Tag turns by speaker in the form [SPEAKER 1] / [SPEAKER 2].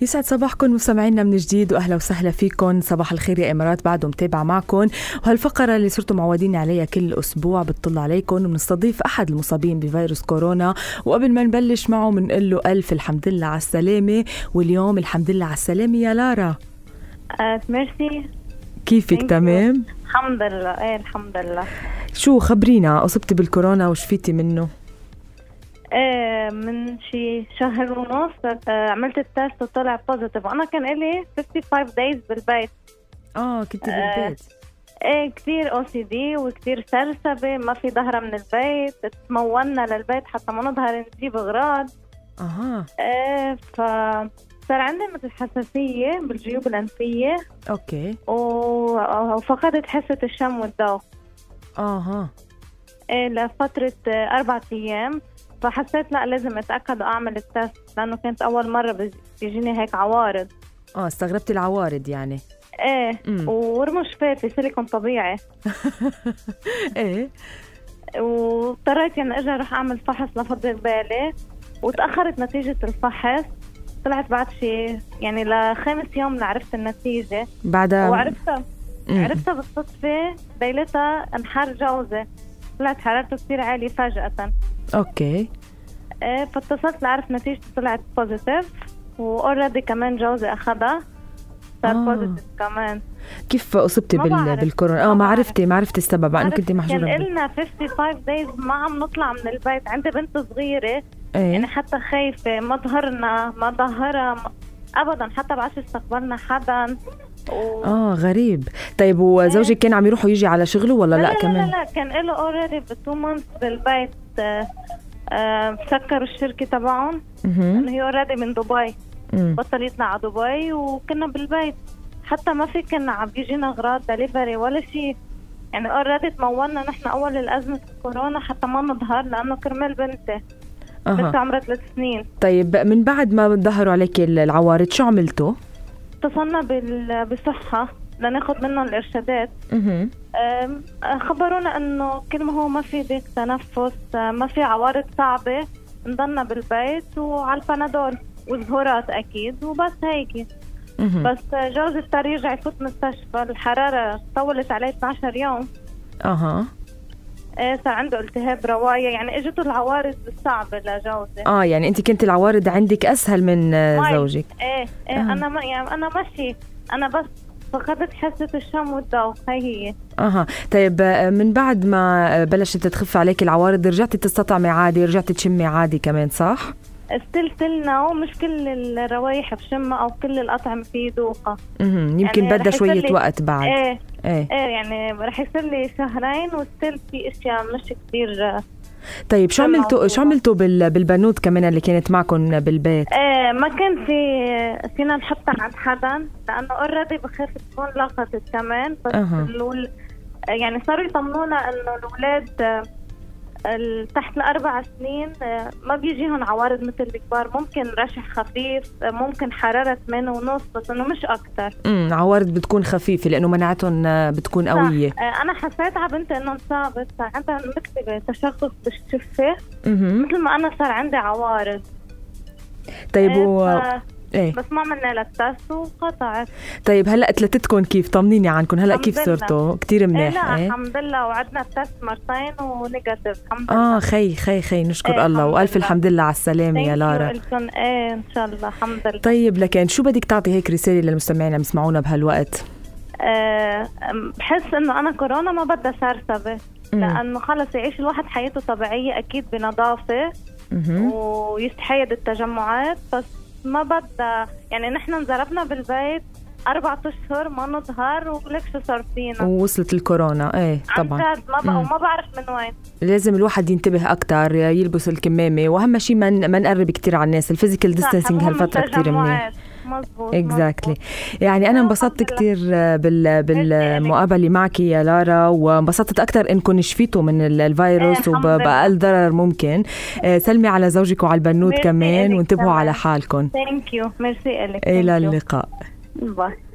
[SPEAKER 1] يسعد صباحكم مستمعينا من جديد واهلا وسهلا فيكم صباح الخير يا امارات بعده متابعه معكم وهالفقره اللي صرتوا معودين عليها كل اسبوع بتطل عليكم وبنستضيف احد المصابين بفيروس كورونا وقبل ما نبلش معه بنقول له الف الحمد لله على السلامه واليوم الحمد لله على السلامه يا لارا
[SPEAKER 2] آه، ميرسي Thank
[SPEAKER 1] كيفك
[SPEAKER 2] you.
[SPEAKER 1] تمام
[SPEAKER 2] الحمد لله ايه الحمد لله
[SPEAKER 1] شو خبرينا اصبتي بالكورونا وشفيتي منه
[SPEAKER 2] ايه من شي شهر ونص آه، عملت التست وطلع بوزيتيف انا كان لي 55 days بالبيت
[SPEAKER 1] اه كنتي
[SPEAKER 2] آه.
[SPEAKER 1] بالبيت
[SPEAKER 2] ايه كثير او سي دي وكثير سلسبه ما في ظهره من البيت تمولنا للبيت حتى ما نظهر نجيب اغراض
[SPEAKER 1] اها
[SPEAKER 2] ايه ف صار عندي مثل حساسيه بالجيوب الانفيه
[SPEAKER 1] اوكي
[SPEAKER 2] و- وفقدت حاسه الشم والذوق
[SPEAKER 1] اها
[SPEAKER 2] إيه، لفترة آه، أربعة أيام فحسيت لا لازم أتأكد وأعمل التست لأنه كانت أول مرة بز- بيجيني هيك عوارض
[SPEAKER 1] اه استغربتي العوارض يعني
[SPEAKER 2] إيه
[SPEAKER 1] مم.
[SPEAKER 2] ورموا شفافي سيليكون طبيعي
[SPEAKER 1] ايه
[SPEAKER 2] واضطريت يعني أجي أروح أعمل فحص لفضل بالي وتأخرت نتيجة الفحص طلعت بعد شي يعني لخامس يوم اللي عرفت النتيجة
[SPEAKER 1] بعدها
[SPEAKER 2] وعرفتها
[SPEAKER 1] آه. مم.
[SPEAKER 2] عرفتها بالصدفة ليلتها انحر جوزي طلعت حرارته كثير عالية فجأة
[SPEAKER 1] اوكي
[SPEAKER 2] إيه، فاتصلت لأعرف نتيجتي طلعت بوزيتيف وأوريدي كمان جوزي أخدها صار
[SPEAKER 1] آه.
[SPEAKER 2] بوزيتيف كمان
[SPEAKER 1] كيف اصبتي
[SPEAKER 2] ما
[SPEAKER 1] بال...
[SPEAKER 2] بعرف.
[SPEAKER 1] بالكورونا اه
[SPEAKER 2] ما
[SPEAKER 1] ما
[SPEAKER 2] بعرف.
[SPEAKER 1] عرفتي ما عرفتي السبب مع انه
[SPEAKER 2] عرفت
[SPEAKER 1] كنتي محجوبه
[SPEAKER 2] كان
[SPEAKER 1] بالبيت.
[SPEAKER 2] إلنا 55 دايز ما عم نطلع من البيت عندي بنت صغيرة يعني
[SPEAKER 1] ايه
[SPEAKER 2] حتى خايفة ما ظهرنا ما ظهرها ما- أبدا حتى بعرفش استقبلنا حدا و...
[SPEAKER 1] اه غريب طيب وزوجك كان عم يروح ويجي على شغله ولا لا,
[SPEAKER 2] لا,
[SPEAKER 1] كمان
[SPEAKER 2] لا كان له اوريدي بتو مانث بالبيت آه، آه، سكروا الشركة تبعهم
[SPEAKER 1] مهم.
[SPEAKER 2] لأنه هي اوريدي من دبي
[SPEAKER 1] مم.
[SPEAKER 2] بطل يطلع على دبي وكنا بالبيت حتى ما في كنا عم بيجينا اغراض دليفري ولا شيء يعني اوريدي تمولنا نحن اول الازمه الكورونا حتى ما نظهر لانه كرمال بنتي بنتي
[SPEAKER 1] اها
[SPEAKER 2] عمرها ثلاث سنين
[SPEAKER 1] طيب من بعد ما ظهروا عليك العوارض شو عملتوا؟
[SPEAKER 2] اتصلنا بال... بصحه لناخذ منهم الارشادات
[SPEAKER 1] اها
[SPEAKER 2] أم، خبرونا انه كل ما هو ما في ضيق تنفس أم، ما في عوارض صعبه نضلنا بالبيت وعلى البنادول والزهورات اكيد وبس هيك
[SPEAKER 1] اها
[SPEAKER 2] بس جوزي اضطر يرجع يفوت مستشفى الحرارة طولت عليه 12 يوم
[SPEAKER 1] اها
[SPEAKER 2] آه، صار عنده التهاب رواية يعني اجته العوارض الصعبة لجوزي
[SPEAKER 1] اه يعني انت كنت العوارض عندك اسهل من آه،
[SPEAKER 2] ماي.
[SPEAKER 1] زوجك
[SPEAKER 2] ايه ايه
[SPEAKER 1] آه.
[SPEAKER 2] انا ما يعني انا ماشي انا بس فقدت حاسة الشم والذوق هي هي
[SPEAKER 1] اها طيب آه، من بعد ما آه، بلشت تخف عليك العوارض رجعتي تستطعمي عادي رجعتي تشمي عادي كمان صح؟
[SPEAKER 2] ستيل تل ناو مش كل الروايح بشمها او كل الاطعمة فيه دوقة
[SPEAKER 1] اها يمكن
[SPEAKER 2] يعني
[SPEAKER 1] بدها
[SPEAKER 2] رح يصير
[SPEAKER 1] شوية
[SPEAKER 2] لي-
[SPEAKER 1] وقت بعد
[SPEAKER 2] ايه
[SPEAKER 1] ايه
[SPEAKER 2] ايه يعني رح يصير لي شهرين وستيل في اشياء مش كثير
[SPEAKER 1] طيب شو
[SPEAKER 2] كان
[SPEAKER 1] عملتوا
[SPEAKER 2] موضوع.
[SPEAKER 1] شو عملتوا بال... بالبنوت كمان اللي كانت معكم بالبيت؟
[SPEAKER 2] ايه ما كان في فينا نحطها عند حدا لانه اوريدي بخاف تكون لقطت كمان بس
[SPEAKER 1] أها.
[SPEAKER 2] الول... يعني صاروا يطمنونا انه الاولاد آه، ال- تحت الاربع سنين آه، ما بيجيهم عوارض مثل الكبار ممكن رشح خفيف آه، ممكن حراره 8 ونص بس انه مش اكثر
[SPEAKER 1] امم عوارض بتكون خفيفه لانه مناعتهم آه، بتكون قويه
[SPEAKER 2] انا حسيت على بنتي انه انصابت صار عندها مكتبه تشخص بالشفه
[SPEAKER 1] اها
[SPEAKER 2] مثل ما انا صار عندي عوارض
[SPEAKER 1] طيب و...
[SPEAKER 2] إيه، ف-
[SPEAKER 1] ايه
[SPEAKER 2] بس ما عملنا لها التست وقطعت
[SPEAKER 1] طيب هلا ثلاثتكم كيف طمنيني عنكم هلا
[SPEAKER 2] الحمد
[SPEAKER 1] كيف
[SPEAKER 2] لله.
[SPEAKER 1] صرتوا كثير
[SPEAKER 2] ايه
[SPEAKER 1] منيح
[SPEAKER 2] لا
[SPEAKER 1] ايه
[SPEAKER 2] الحمد لله وعدنا التست مرتين ونيجاتيف الحمد لله
[SPEAKER 1] اه خي خي خي نشكر
[SPEAKER 2] إيه،
[SPEAKER 1] الله
[SPEAKER 2] الحمد
[SPEAKER 1] والف
[SPEAKER 2] لله.
[SPEAKER 1] الحمد لله على السلامه يا
[SPEAKER 2] Thank you
[SPEAKER 1] لارا
[SPEAKER 2] إلكن. ايه ان شاء الله الحمد لله
[SPEAKER 1] طيب لكن شو بدك تعطي هيك رساله للمستمعين اللي بيسمعونا بهالوقت؟
[SPEAKER 2] آه أم- بحس انه انا كورونا ما بدها سرسبه
[SPEAKER 1] مم.
[SPEAKER 2] لانه خلص يعيش الواحد حياته طبيعيه اكيد بنظافه
[SPEAKER 1] مهم.
[SPEAKER 2] ويستحيد التجمعات بس ما بدها يعني نحن انزربنا بالبيت اربع اشهر ما نظهر ولك شو صار فينا
[SPEAKER 1] ووصلت الكورونا ايه
[SPEAKER 2] نعم. عن
[SPEAKER 1] طبعا
[SPEAKER 2] جد ما بقى
[SPEAKER 1] مم.
[SPEAKER 2] وما بعرف من وين
[SPEAKER 1] لازم الواحد ينتبه اكثر يلبس الكمامه واهم شيء ما ما نقرب كثير على الناس الفيزيكال
[SPEAKER 2] صح،
[SPEAKER 1] ديستانسينج
[SPEAKER 2] المهم
[SPEAKER 1] هالفتره كثير منيح
[SPEAKER 2] التجمعات. مزبوط
[SPEAKER 1] اكزاكتلي يعني انا
[SPEAKER 2] آه،
[SPEAKER 1] انبسطت
[SPEAKER 2] الحمد
[SPEAKER 1] كثير بال بالمقابله معك يا لارا وانبسطت اكثر انكم شفيتوا من ال- الفيروس
[SPEAKER 2] إيه، الحمد لله.
[SPEAKER 1] وباقل ضرر ممكن آه، سلمي على زوجك وعلى البنوت
[SPEAKER 2] ميرسي
[SPEAKER 1] كمان
[SPEAKER 2] إلك
[SPEAKER 1] وانتبهوا
[SPEAKER 2] كمان.
[SPEAKER 1] على حالكم
[SPEAKER 2] ثانك يو ميرسي الك
[SPEAKER 1] الى اللقاء
[SPEAKER 2] باي